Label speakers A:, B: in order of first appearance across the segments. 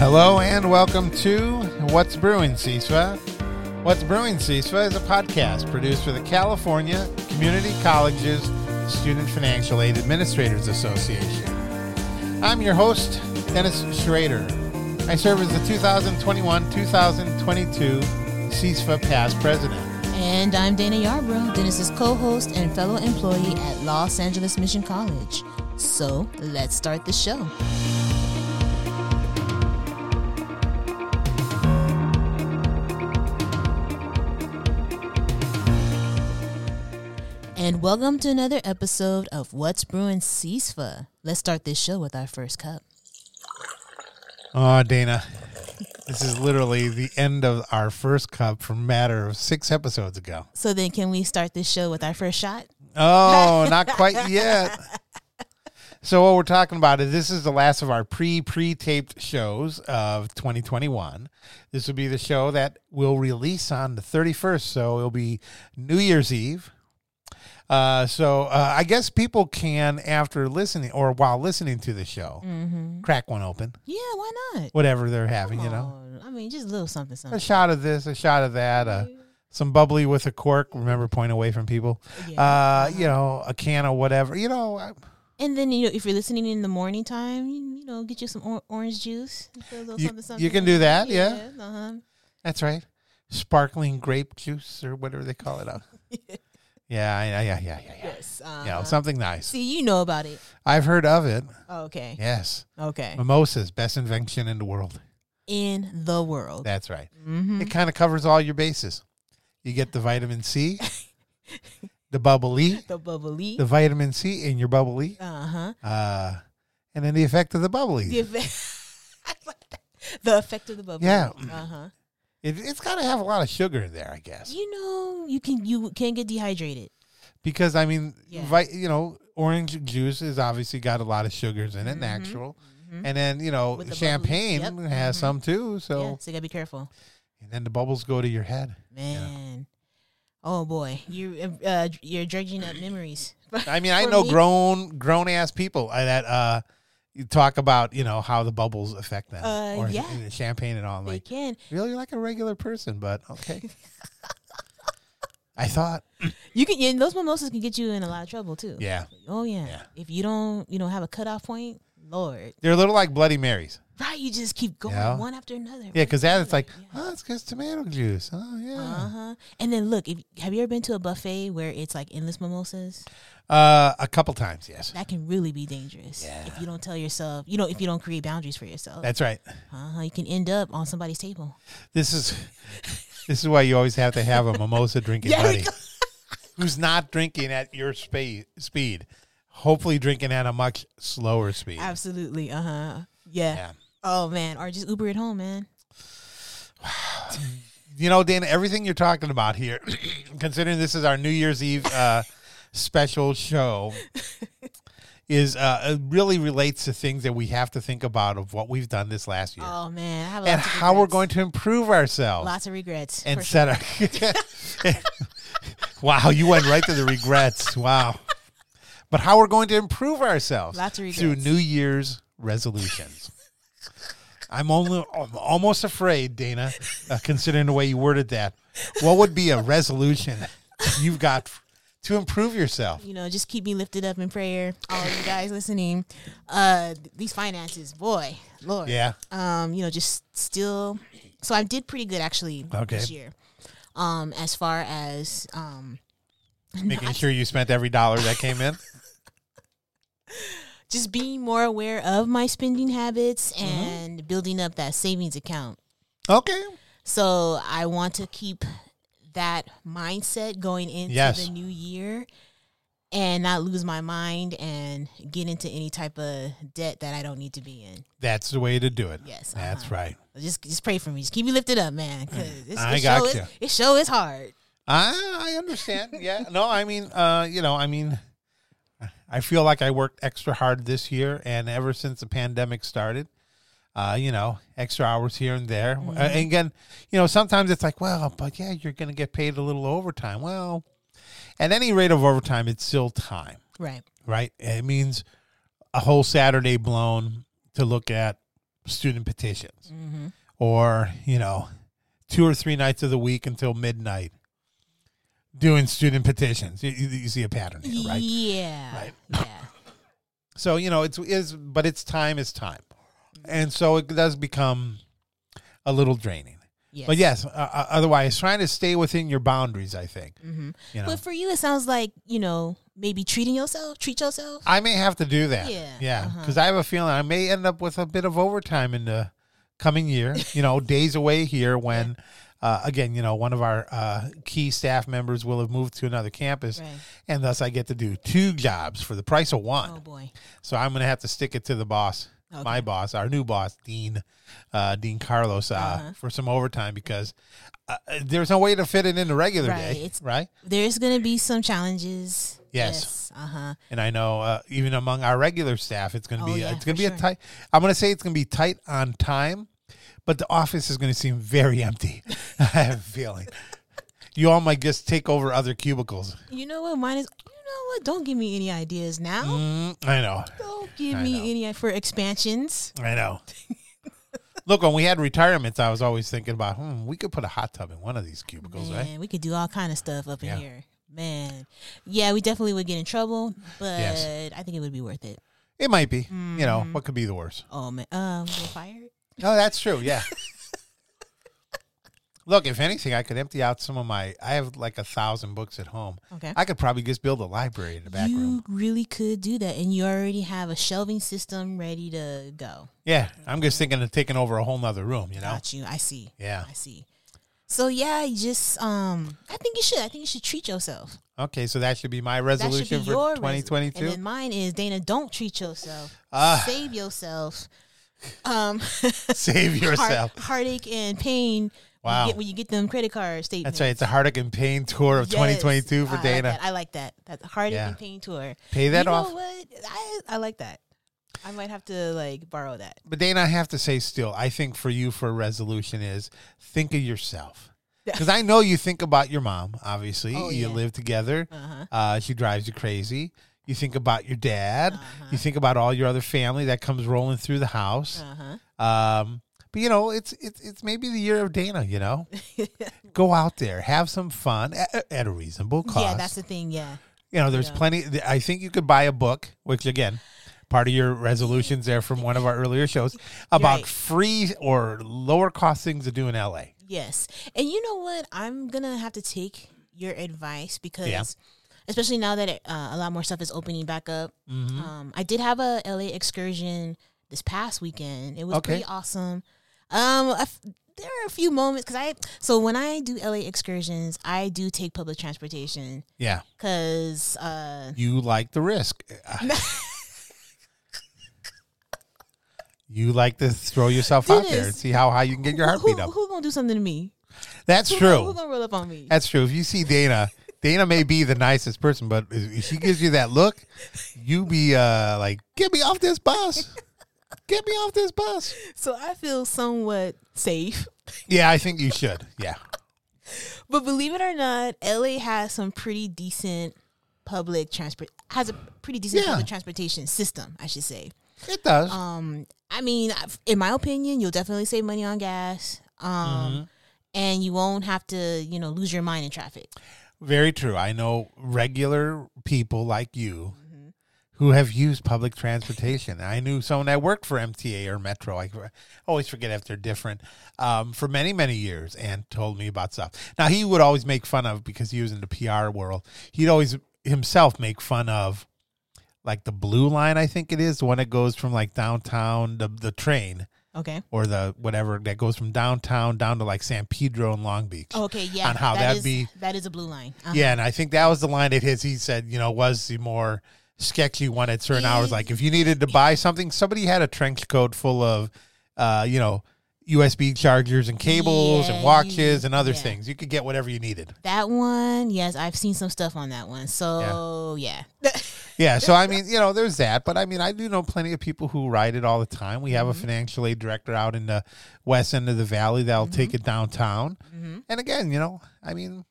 A: hello, and welcome to What's Brewing CISFA. What's Brewing CISFA is a podcast produced for the California Community Colleges Student Financial Aid Administrators Association. I'm your host, Dennis Schrader. I serve as the 2021 2022 CISFA past president.
B: And I'm Dana Yarbrough, Dennis's co host and fellow employee at Los Angeles Mission College. So let's start the show. And welcome to another episode of What's Brewing CISFA. Let's start this show with our first cup.
A: Oh, Dana, this is literally the end of our first cup from a matter of six episodes ago.
B: So then, can we start this show with our first shot?
A: Oh, not quite yet. So what we're talking about is this is the last of our pre pre taped shows of 2021. This will be the show that will release on the 31st, so it'll be New Year's Eve. Uh, so uh, I guess people can after listening or while listening to the show, crack one open,
B: Yeah, why not?
A: whatever they're having, you know,
B: Oh, I mean, just a little something,
A: a
B: something.
A: shot of this, a shot of that, uh,
B: Mm-hmm.
A: some bubbly with a cork. Remember, point away from people.
B: Yeah. Uh-huh.
A: Uh, you know, a can of whatever. You know, I-
B: and then, you know, if you're listening in the morning time, you, you know, get you some or- orange juice. throw a little
A: You-
B: something,
A: you
B: something
A: can
B: in.
A: do that, yeah.
B: Uh-huh.
A: That's right. Sparkling grape juice or whatever they call it. Uh, yeah, yeah, yeah, yeah, yeah, yeah.
B: Yes. Uh-huh.
A: Yeah, something nice.
B: See, you know about it.
A: I've heard of it.
B: Okay.
A: Yes.
B: Okay.
A: Mimosas, best invention in the world.
B: In the world.
A: That's right.
B: hmm
A: It kind of covers all your bases. You get the vitamin C, the bubble E,
B: The bubbly.
A: the vitamin C in your bubble E,
B: uh huh.
A: uh, and then the effect of the bubble
B: The
A: E.
B: effect. the effect of the bubble.
A: Yeah.
B: Uh huh.
A: It, it's got to have a lot of sugar in there, I guess.
B: You know, you can you can get dehydrated.
A: because I mean,
B: Yeah.
A: vi- you know, orange juice has obviously got a lot of sugars in it, and natural, and then you know,
B: Mm-hmm. With the
A: champagne
B: bubbles, yep,
A: has
B: mhm.
A: some too. So,
B: yeah, so you gotta be careful,
A: and then the bubbles go to your head.
B: man. Oh boy, you uh, you're dredging up memories.
A: I mean, I
B: For
A: know
B: me-
A: grown grown ass people uh, that uh, you talk about you know how the bubbles affect them,
B: Uh,
A: or
B: yeah.
A: the champagne and all. I'm
B: They
A: like,
B: can.
A: really, you're like a regular person, but okay. I thought,
B: You can. And those mimosas can get you in a lot of trouble too.
A: yeah,
B: Oh yeah.
A: Yeah.
B: If you don't, you know, have a cutoff point, Lord,
A: they're a little like Bloody Marys.
B: right? You just keep going
A: Yeah.
B: one after another.
A: Yeah, because that it's like, oh, it's just tomato juice. Oh, yeah.
B: Uh huh. And then look, if, have you ever been to a buffet where it's like endless mimosas?
A: Uh, a couple times, yes.
B: That can really be dangerous if you don't tell yourself. You know, if you don't create boundaries for yourself,
A: That's right.
B: uh-huh, you can end up on somebody's table.
A: This is this is why you always have to have a mimosa drinking
B: Yeah,
A: buddy who's not drinking at your spa- speed. Hopefully, drinking at a much slower speed.
B: Absolutely. Uh huh. Yeah.
A: Yeah.
B: Oh man, or just Uber at home, man.
A: You know, Dana, everything you're talking about here, considering this is our New Year's Eve uh, special show, is uh, it really relates to things that we have to think about of what we've done this last year
B: Oh man, I have
A: and
B: lots of
A: how we're
B: regrets.
A: going to improve ourselves.
B: Lots of regrets.
A: and
B: for
A: set our wow you went right to the regrets wow but how we're going to improve ourselves
B: Lots of
A: through
B: regrets.
A: new year's resolutions i'm only I'm almost afraid dana uh, considering the way you worded that what would be a resolution you've got f- to improve yourself
B: you know, just keep me lifted up in prayer. All you guys listening, uh, these finances, boy, Lord,
A: yeah
B: Um, you know, just still. So I did pretty good actually
A: Okay.
B: this year. Um, as far as um,
A: making sure you spent every dollar that came in
B: just being more aware of my spending habits
A: Mm-hmm.
B: and building up that savings account.
A: okay
B: So I want to keep that mindset going into
A: Yes.
B: the new year and not lose my mind and get into any type of debt that I don't need to be in.
A: that's the way to do it
B: Yes,
A: that's
B: uh-huh.
A: right
B: Just just pray for me. Just keep me lifted up, man. Cause it's,
A: Mm. I
B: it
A: got
B: show
A: you.
B: is, it show is hard.
A: I I understand. Yeah. No, I mean, uh, you know, I mean, I feel like I worked extra hard this year, and ever since the pandemic started, uh, you know, extra hours here and there. Uh, and again, you know, sometimes it's like, well, but yeah, you're going to get paid a little overtime. Well, at any rate of overtime, it's still time,
B: Right.
A: right? It means a whole Saturday blown to look at student petitions or, you know, two or three nights of the week until midnight doing student petitions. You, you- you see a pattern here, right?
B: Yeah.
A: Right.
B: Yeah.
A: So you know it's is but it's time is time, and so it does become a little draining.
B: Yes.
A: But yes, uh, uh, otherwise trying to stay within your boundaries, I think. Mm-hmm. You know,
B: But for you, it sounds like you know maybe treating yourself, treat yourself.
A: I may have to do that.
B: Yeah, uh-huh.
A: yeah, because I have a feeling I may end up with a bit of overtime in the coming year. You know, days away here when. Uh, again, you know, one of our uh, key staff members will have moved to another campus,
B: Right.
A: and thus I get to do two jobs for the price of one.
B: Oh boy.
A: So I'm going to have to stick it to the boss, my boss, our new boss, Dean, uh, Dean Carlos, uh,
B: Uh-huh.
A: for some overtime because uh, uh, there's no way to fit it in the regular
B: Right,
A: day,
B: it's-
A: right?
B: There's gonna be some challenges.
A: Yes.
B: Uh huh.
A: And I know uh, even among our regular staff, it's going to
B: Oh,
A: be uh,
B: yeah,
A: it's going to
B: for
A: be a
B: sure.
A: tight. I'm going to say it's going to be tight on time, but the office is going to seem very empty. I have a feeling. You all might just take over other cubicles.
B: You know what? Mine is. You know what? Don't give me any ideas now.
A: Mm, I know.
B: Don't give
A: I
B: me
A: know.
B: any for expansions.
A: I know. Look, when we had retirements, I was always thinking about, hmm, we could put a hot tub in one of these cubicles,
B: Man,
A: right?
B: we could do all kind of stuff up in
A: Yeah.
B: here. Man, yeah, we definitely would get in trouble, but
A: Yes.
B: I think it would be worth it.
A: It might be. You know,
B: Mm-hmm.
A: what could be the worst?
B: Oh man, um, we're fired.
A: No, Oh, that's true. Yeah. Look, if anything, I could empty out some of my. I have like a thousand books at home.
B: Okay.
A: I could probably just build a library in the back
B: you
A: room.
B: really could do that, and you already have a shelving system ready to go.
A: Yeah, I'm just thinking of taking over a whole nother room. You know.
B: Got you. I see.
A: Yeah.
B: I see. So yeah, you just um, I think you should. I think you should treat yourself.
A: Okay, so that should be my
B: That should be
A: resolution for
B: your reason.
A: 2022.
B: And then mine is Dana. Don't treat yourself.
A: Ah.
B: Save yourself. Um,
A: Save yourself.
B: heart, heartache and pain. when you
A: Wow.
B: get- when you get them credit card statements.
A: That's right. It's a heartache and pain tour of
B: Yes.
A: 2022
B: I
A: for
B: like
A: Dana.
B: that. I like that. That heartache
A: Yeah.
B: and pain tour.
A: Pay that
B: you
A: off.
B: Know what? I I like that. I might have to like borrow that.
A: But Dana, I have to say, still, I think for you for a resolution is think of yourself. Because I know you think about your mom, obviously.
B: Oh,
A: you
B: yeah.
A: live together.
B: Uh-huh.
A: Uh, she drives you crazy. You think about your dad.
B: Uh-huh.
A: You think about all your other family that comes rolling through the house.
B: Uh huh.
A: Um, but, you know, it's, it's, it's maybe the year of Dana, you know? Go out there, have some fun at, at a reasonable cost.
B: Yeah, that's the thing. Yeah.
A: you know, there's plenty. I think you could buy a book, which, again, part of your resolutions there from one of our earlier shows about
B: Right.
A: free or lower cost things to do in LA.
B: Yes. And you know what? I'm gonna have to take your advice because,
A: Yeah.
B: especially now that it, uh, a lot more stuff is opening back up.
A: Mm-hmm.
B: Um, I did have a LA excursion this past weekend. It was
A: Okay.
B: pretty awesome. Um, a f- there are a few moments because I so when I do LA excursions, I do take public transportation
A: Yeah.
B: because uh,
A: You like the risk. you like to throw yourself out there and
B: Dennis,
A: see how high you can get your
B: who,
A: heartbeat
B: who,
A: up.
B: who gonna do something to me?
A: That's
B: Who Gonna, who
A: true.
B: gonna roll up on me?
A: That's true. If you see Dana, Dana may be the nicest person, but if she gives you that look, you be uh, like, get me off this bus. Get me off this bus.
B: So I feel somewhat safe.
A: Yeah, I think you should. Yeah.
B: But believe it or not, LA has some pretty decent public transport has a pretty decent
A: Yeah.
B: public transportation system, I should say.
A: It does.
B: Um, I mean, I've- in my opinion, you'll definitely save money on gas. Um,
A: Mm-hmm.
B: and you won't have to, you know, lose your mind in traffic.
A: Very true. I know regular people like you who have used public transportation. I knew someone that worked for MTA or Metro. I always forget if they're different um, for many, many years and told me about stuff. Now, he would always make fun of because he was in the PR world. He'd always himself make fun of like the blue line, I think it is, the one that goes from like downtown, the, the train
B: Okay.
A: or the whatever that goes from downtown down to like San Pedro and Long Beach.
B: Okay. Oh, Yeah.
A: On how
B: that
A: that'd
B: is-
A: be-
B: That is a blue line. Uh-huh.
A: Yeah, and I think that was the line that his he said, you know, was the more sketchy one at certain hours. Like if you needed to buy something, somebody had a trench coat full of uh, you know, USB chargers and cables
B: Yeah,
A: and
B: you-
A: watches and other
B: yeah.
A: things. You could get whatever you needed.
B: That one, yes, I've seen some stuff on that one. So yeah.
A: Yeah, so I mean, you know, there's that, but I mean, I do know plenty of people who ride it all the time. We have a financial aid director out in the west end of the valley that'll take it downtown. And again, you know, I mean,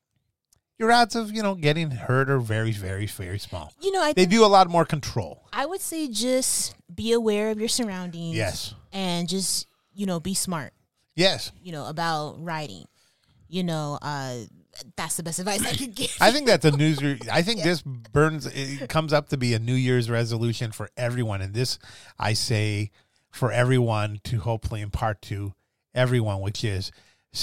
A: your odds of, you know, getting hurt are very very very small.
B: you know, I
A: They
B: think
A: do a lot more control.
B: I would say just be aware of your surroundings.
A: Yes.
B: and just you know be smart
A: Yes.
B: you know about writing you know uh that's the best advice i could give
A: I think that's a news. Re- I think this burns. It comes up to be a New Year's resolution for everyone, and this I say for everyone to hopefully impart to everyone, which is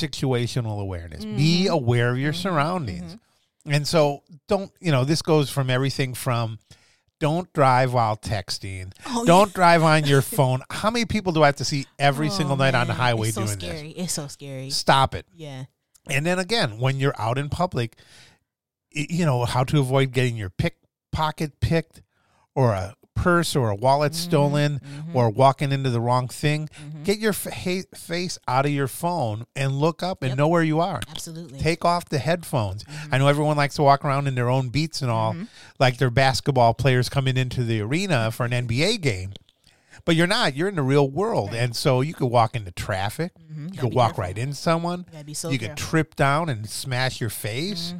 A: situational awareness.
B: Mm-hmm.
A: Be aware of your surroundings, and so don't. You know, this goes from everything from. Don't drive while texting.
B: Oh, yeah.
A: don't drive on your phone. How many people do I have to see every
B: Oh,
A: single night on the
B: man,
A: highway
B: it's so
A: doing
B: scary it's so scary
A: this? Stop it.
B: yeah
A: And then again, when you're out in public, y- you know how to avoid getting your pick pocket picked or a purse or a wallet
B: Mm-hmm,
A: stolen or walking into the wrong thing. Get your fa- ha- face out of your phone and look up and know where you are.
B: absolutely Mm-hmm.
A: Take off the headphones. I know everyone likes to walk around in their own beats and all, like they're basketball players coming into the arena for an NBA game. But you're not. You're in the real world, and so you could walk into traffic. You could
B: Mm-hmm. be
A: walk
B: careful.
A: right into someone.
B: gotta be so
A: you could
B: careful. Mm-hmm.
A: trip down and smash your face.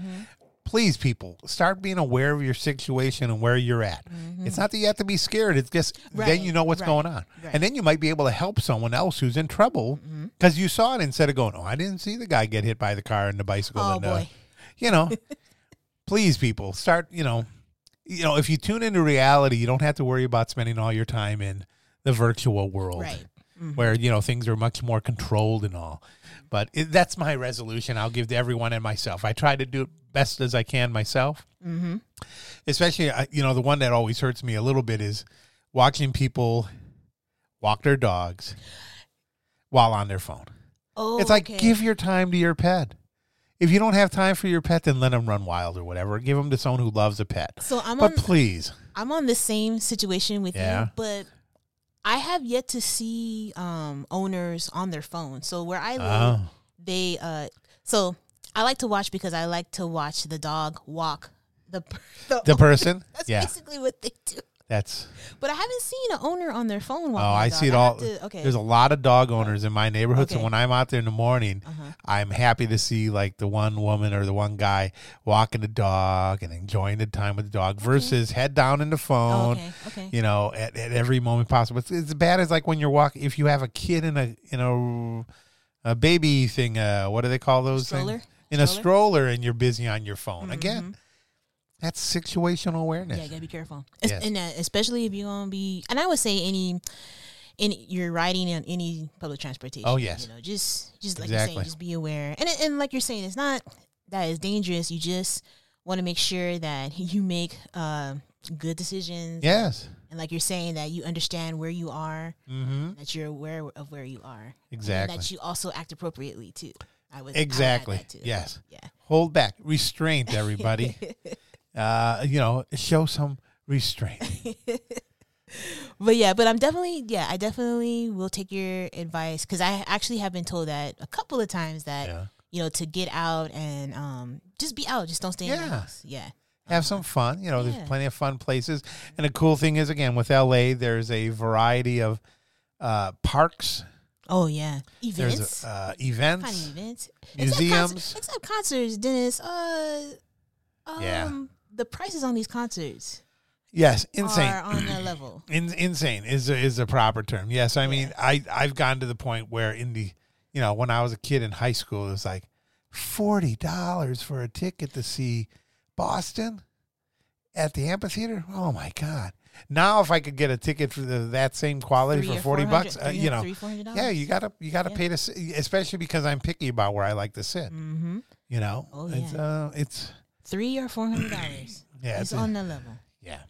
A: Please, people, start being aware of your situation and where you're at. It's not that you have to be scared. It's just
B: Mm-hmm. Right,
A: then you know what's
B: right,
A: going on,
B: right. Mm-hmm.
A: and then you might be able to help someone else who's in trouble because you saw it instead of going, "Oh, I didn't see the guy get hit by the car and the bicycle."
B: Oh,
A: and the-"
B: boy.
A: you know, please, people, start. You know, you know, if you tune into reality, you don't have to worry about spending all your time in the virtual world
B: Right.
A: where you know things are much more controlled and all. But it, that's my resolution. I'll give to everyone and myself. I try to do it best as I can myself. Mm-hmm. Especially, I- you know, the one that always hurts me a little bit is watching people walk their dogs while on their phone.
B: oh
A: it's like
B: okay.
A: give your time to your pet. If you don't have time for your pet, then let them run wild or whatever. Give them to someone who loves a pet.
B: so i'm
A: but
B: on
A: please,
B: i'm on the same situation with
A: Yeah.
B: you but i have yet to see um owners on their phone so where i
A: oh,
B: live they uh so i like to watch because i like to watch the dog walk the the,
A: the person,
B: that's
A: yeah,
B: basically what they do
A: that's
B: But I haven't seen an owner on their
A: Oh,
B: phone. While
A: I see it all.
B: okay.
A: There's a lot of dog owners in my neighborhood, so
B: Okay.
A: when I'm out there in the morning,
B: Uh-huh.
A: I'm happy to see like the one woman or the one guy walking the dog and enjoying the time with the dog versus head down in the
B: Oh,
A: phone.
B: okay. Okay.
A: You know, at, at every moment possible. It's, it's as bad as like when you're walking. If you have a kid in a in a, a baby thing, uh, what do they call those
B: Stroller?
A: things? In a
B: Stroller? Mm-hmm.
A: stroller, and you're busy on your phone again. That's situational awareness.
B: Yeah, you gotta be careful,
A: Yes.
B: Es- and uh, especially if you're gonna be. And I would say any, any you're riding on any public transportation.
A: Oh, yes.
B: You know, just just like you're
A: Exactly.
B: saying, just be aware, and it- and like you're saying, it's not that it's dangerous. You just want to make sure that you make uh, good decisions,
A: Yes.
B: and like you're saying that you understand where you are,
A: Mm-hmm.
B: that you're aware of where you are, and
A: Exactly.
B: that you also act appropriately too. I would I would add
A: Exactly.
B: that, too.
A: Yes.
B: Yeah.
A: hold back restraint everybody uh you know show some restraint
B: But yeah, but I'm definitely yeah, I definitely will take your advice because I actually have been told that a couple of times that
A: Yeah.
B: you know to get out and um just be out, just don't stay in the
A: Yeah.
B: house. Yeah,
A: have some fun you know
B: Yeah.
A: there's plenty of fun places and the cool thing is again with la there's a variety of uh parks
B: oh yeah,
A: there's
B: events,
A: uh
B: kind
A: events
B: of events,
A: museums.
B: except, concert- except concerts. Dennis, uh, um,
A: Yeah.
B: the prices on these concerts
A: yes insane
B: are on that level.
A: In, insane is a, is a proper term. Yes, I mean I I've gotten to the point where in the you know when I was a kid in high school it was like forty dollars for a ticket to see Boston at the amphitheater. Oh my god! Now if I could get a ticket for the, that same quality
B: Three
A: for
B: or
A: forty bucks,
B: 400
A: uh, you know,
B: three, four hundred dollars.
A: yeah, you gotta you gotta
B: Yeah.
A: pay to see, especially because I'm picky about where I like to sit.
B: Mm-hmm.
A: You know,
B: Oh,
A: it's
B: yeah.
A: uh, it's
B: Three or four hundred dollars.
A: yeah,
B: it's
A: it's a-
B: on the level.
A: yeah.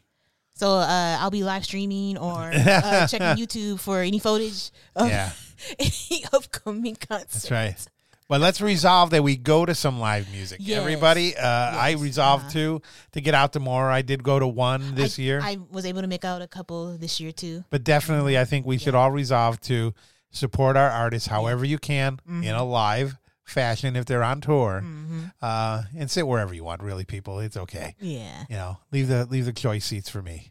B: So uh, I'll be live streaming or uh, checking YouTube for any footage of
A: Yeah.
B: any upcoming concerts.
A: That's right. But let's resolve that we go to some live music.
B: Yes.
A: Everybody, uh, I
B: Yes.
A: resolved
B: Uh-huh.
A: to to get out to more. I did go to one this
B: I,
A: year,
B: I was able to make out a couple this year too.
A: but definitely I think we should all resolve to support our artists however you can in
B: Mm-hmm.
A: a live fashion if they're on tour, uh, and sit wherever you want. Really, people, it's okay.
B: Yeah.
A: You know, leave the leave the choice seats for me.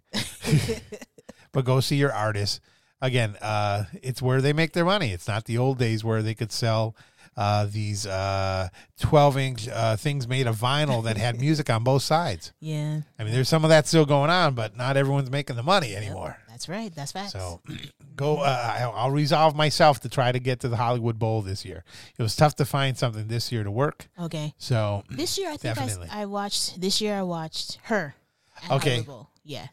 A: but go see your artist. Again, uh, it's where they make their money. It's not the old days where they could sell uh, these uh, 12 inch uh, things made of vinyl that had music on both sides.
B: Yeah.
A: I mean, there's some of that still going on, but not everyone's making the money anymore.
B: That's right. That's facts.
A: So Go. Uh, I'll- I'll resolve myself to try to get to the Hollywood Bowl this year. It was tough to find something this year to work.
B: Okay.
A: So
B: This year, I think I,
A: Definitely.
B: I watched. This year, I watched her. At
A: Okay.
B: Hollywood Bowl. Yeah,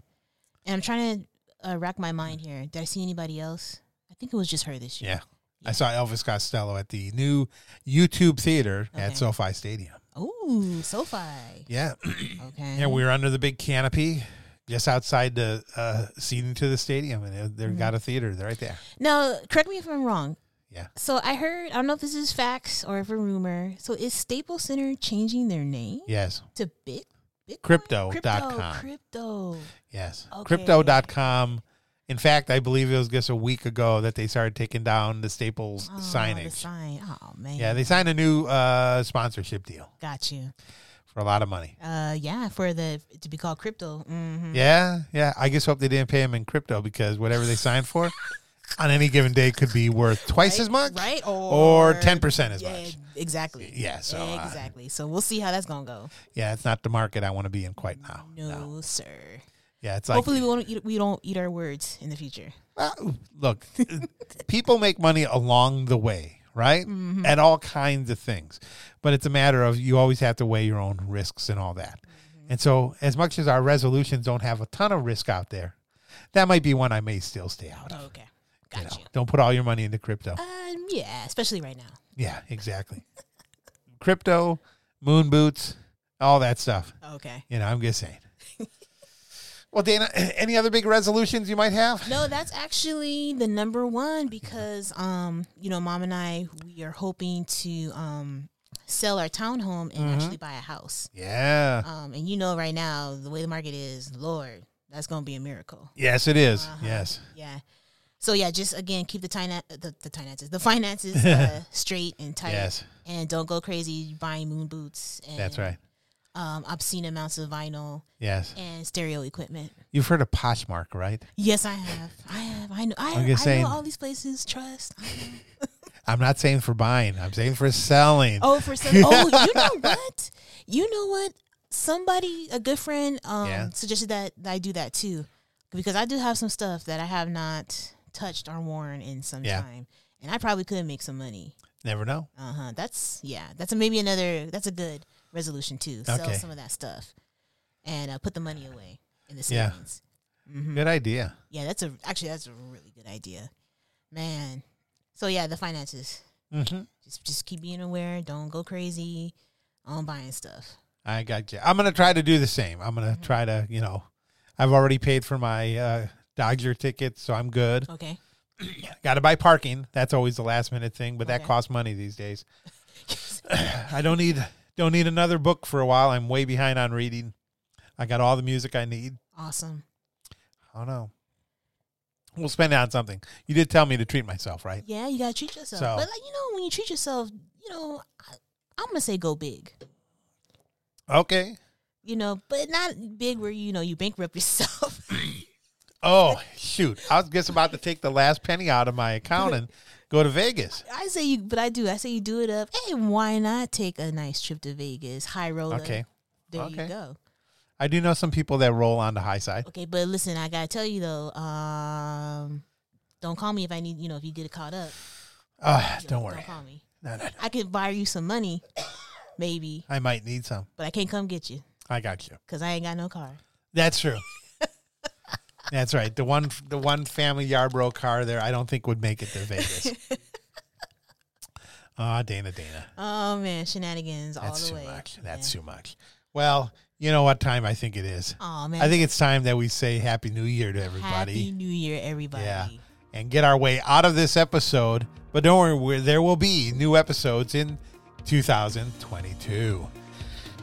B: and I'm trying to uh, rack my mind here. Did I see anybody else? I think it was just her this year.
A: yeah, I saw Elvis Costello at the new YouTube theater
B: Okay.
A: at SoFi Stadium.
B: Ooh, SoFi.
A: Yeah,
B: Okay.
A: yeah, we were under the big canopy. Just outside the uh, seating to the stadium, and they- they've
B: Mm-hmm.
A: got a theater right there.
B: Now, correct me if I'm wrong.
A: Yeah.
B: So I heard. I don't know if this is facts or if a rumor. So is Staples Center changing their name
A: Yes,
B: to Bit? Bitcoin?
A: Crypto
B: Crypto.
A: dot com.
B: Crypto.
A: yes.
B: Okay.
A: Crypto.com. In fact, I believe it was just a week ago that they started taking down the Staples
B: Oh, the
A: signage.
B: sign. Oh man.
A: Yeah, they signed a new uh, sponsorship deal
B: Got you.
A: for a lot of money.
B: Uh, yeah, for the to be called crypto. hmm
A: Yeah, yeah. I just hope they didn't pay him in crypto because whatever they signed for on any given day could be worth twice as much
B: right?
A: or 10% as
B: yeah,
A: much.
B: Exactly.
A: Yeah, so, uh,
B: exactly. So we'll see how that's gonna go.
A: Yeah, it's not the market I want to be in quite now.
B: No,
A: No.
B: sir.
A: Yeah, it's like,
B: Hopefully, we won't eat, we don't eat our words in the future.
A: well, look, people make money along the way, right?
B: Mm-hmm.
A: At all kinds of things. But it's a matter of you always have to weigh your own risks and all that.
B: Mm-hmm.
A: And so, as much as our resolutions don't have a ton of risk out there, that might be one I may still stay out of.
B: okay,
A: you
B: got
A: know.
B: you.
A: Don't put all your money into crypto.
B: Um, yeah, especially right now.
A: Yeah, exactly. Crypto, moon boots, all that stuff.
B: Okay.
A: You know, I'm just saying. well, Dana, any other big resolutions you might have?
B: No, that's actually the number one because um, you know, mom and I we are hoping to um sell our townhome and
A: Mm-hmm.
B: actually buy a house.
A: Yeah.
B: Um, and you know, right now the way the market is, Lord, that's gonna be a miracle.
A: Yes, it is.
B: Uh-huh.
A: Yes.
B: Yeah. So yeah, just again keep the tina- the, the finances the finances uh, straight and tight,
A: Yes.
B: and don't go crazy buying moon boots. And,
A: That's right.
B: Um, obscene amounts of vinyl
A: Yes.
B: and stereo equipment.
A: You've heard of Poshmark, right?
B: Yes, I have. I have. I know. I,
A: I'm
B: I
A: just saying.
B: know all these places. Trust. I know.
A: I'm not saying for buying, I'm saying for selling.
B: Oh, for some. oh, you know what? You know what? Somebody, a good friend, um,
A: Yeah.
B: suggested that I do that too, because I do have some stuff that I have not touched or worn in some
A: Yeah.
B: time, and I probably could make some money.
A: Never know.
B: Uh huh. That's yeah. That's a, maybe another. That's a good resolution too. Sell
A: Okay.
B: some of that stuff, and uh, put the money away in the
A: Yeah.
B: savings. Mm-hmm.
A: Good idea.
B: Yeah. that's a actually that's a really good idea, man. So yeah, the finances.
A: hmm
B: Just just keep being aware. Don't go crazy on buying stuff.
A: I got you. I'm gonna try to do the same. I'm gonna
B: Mm-hmm.
A: try to, you know, I've already paid for my uh, Dodger ticket, so I'm good.
B: Okay.
A: Got to buy parking. That's always the last minute thing, but that
B: Okay.
A: costs money these days. I don't need don't need another book for a while. I'm way behind on reading. I got all the music I need.
B: Awesome.
A: I don't know. We'll spend it on something. You did tell me to treat myself, right?
B: Yeah, you gotta treat yourself.
A: So-
B: But like you know, when you treat yourself, you know, I, I'm gonna say go big.
A: Okay.
B: You know, but not big where you know you bankrupt yourself.
A: Oh shoot! I was just about to take the last penny out of my account and go to Vegas.
B: I say you, but I do. I say you do it up. Hey, why not take a nice trip to Vegas, high roller?
A: Okay.
B: there
A: Okay.
B: you go.
A: I do know some people that roll on the high side.
B: Okay, but listen, I gotta tell you though. Um, don't call me if I need. You know, if you get caught up,
A: Ah,
B: you know,
A: don't worry.
B: Don't call me.
A: No, no, no.
B: I can buy you some money, maybe,
A: I might need some.
B: but I can't come get you
A: I got you.
B: because I ain't got no car.
A: That's true. That's right. The one, the one family Yarbrough car there, I don't think would make it to Vegas. Ah, Dana, Dana,
B: Oh man, shenanigans all
A: that's
B: the
A: too
B: way.
A: much. That's too much. Well, you know what time I think it is.
B: Oh man,
A: I think it's time that we say Happy New Year to everybody.
B: Happy New Year, everybody.
A: Yeah. And get our way out of this episode. But don't worry, we're- there will be new episodes in 2022.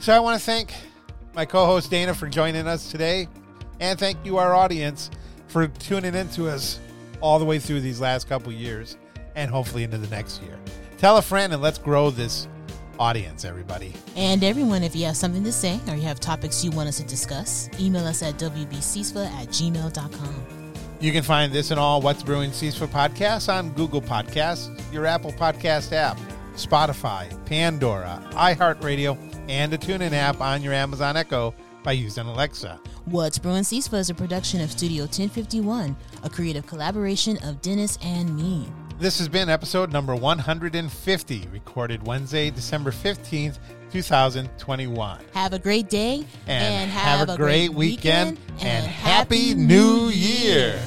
A: So I want to thank my co host Dana for joining us today. And thank you, our audience, for tuning into us all the way through these last couple years and hopefully into the next year. Tell a friend and let's grow this audience, everybody.
B: And everyone, if you have something to say or you have topics you want us to discuss, email us at wbcsfa at gmail.com.
A: You can find this and all What's Brewing Ceaseful podcasts on Google Podcasts, your Apple Podcast app, Spotify, Pandora, iHeartRadio, and the TuneIn app on your Amazon Echo by using Alexa.
B: What's Brewing Cispa is a production of Studio 1051, a creative collaboration of Dennis and me.
A: This has been episode number 150, recorded Wednesday, December 15th, 2021.
B: Have a great day
A: And, have, a great, weekend, and, happy, new year.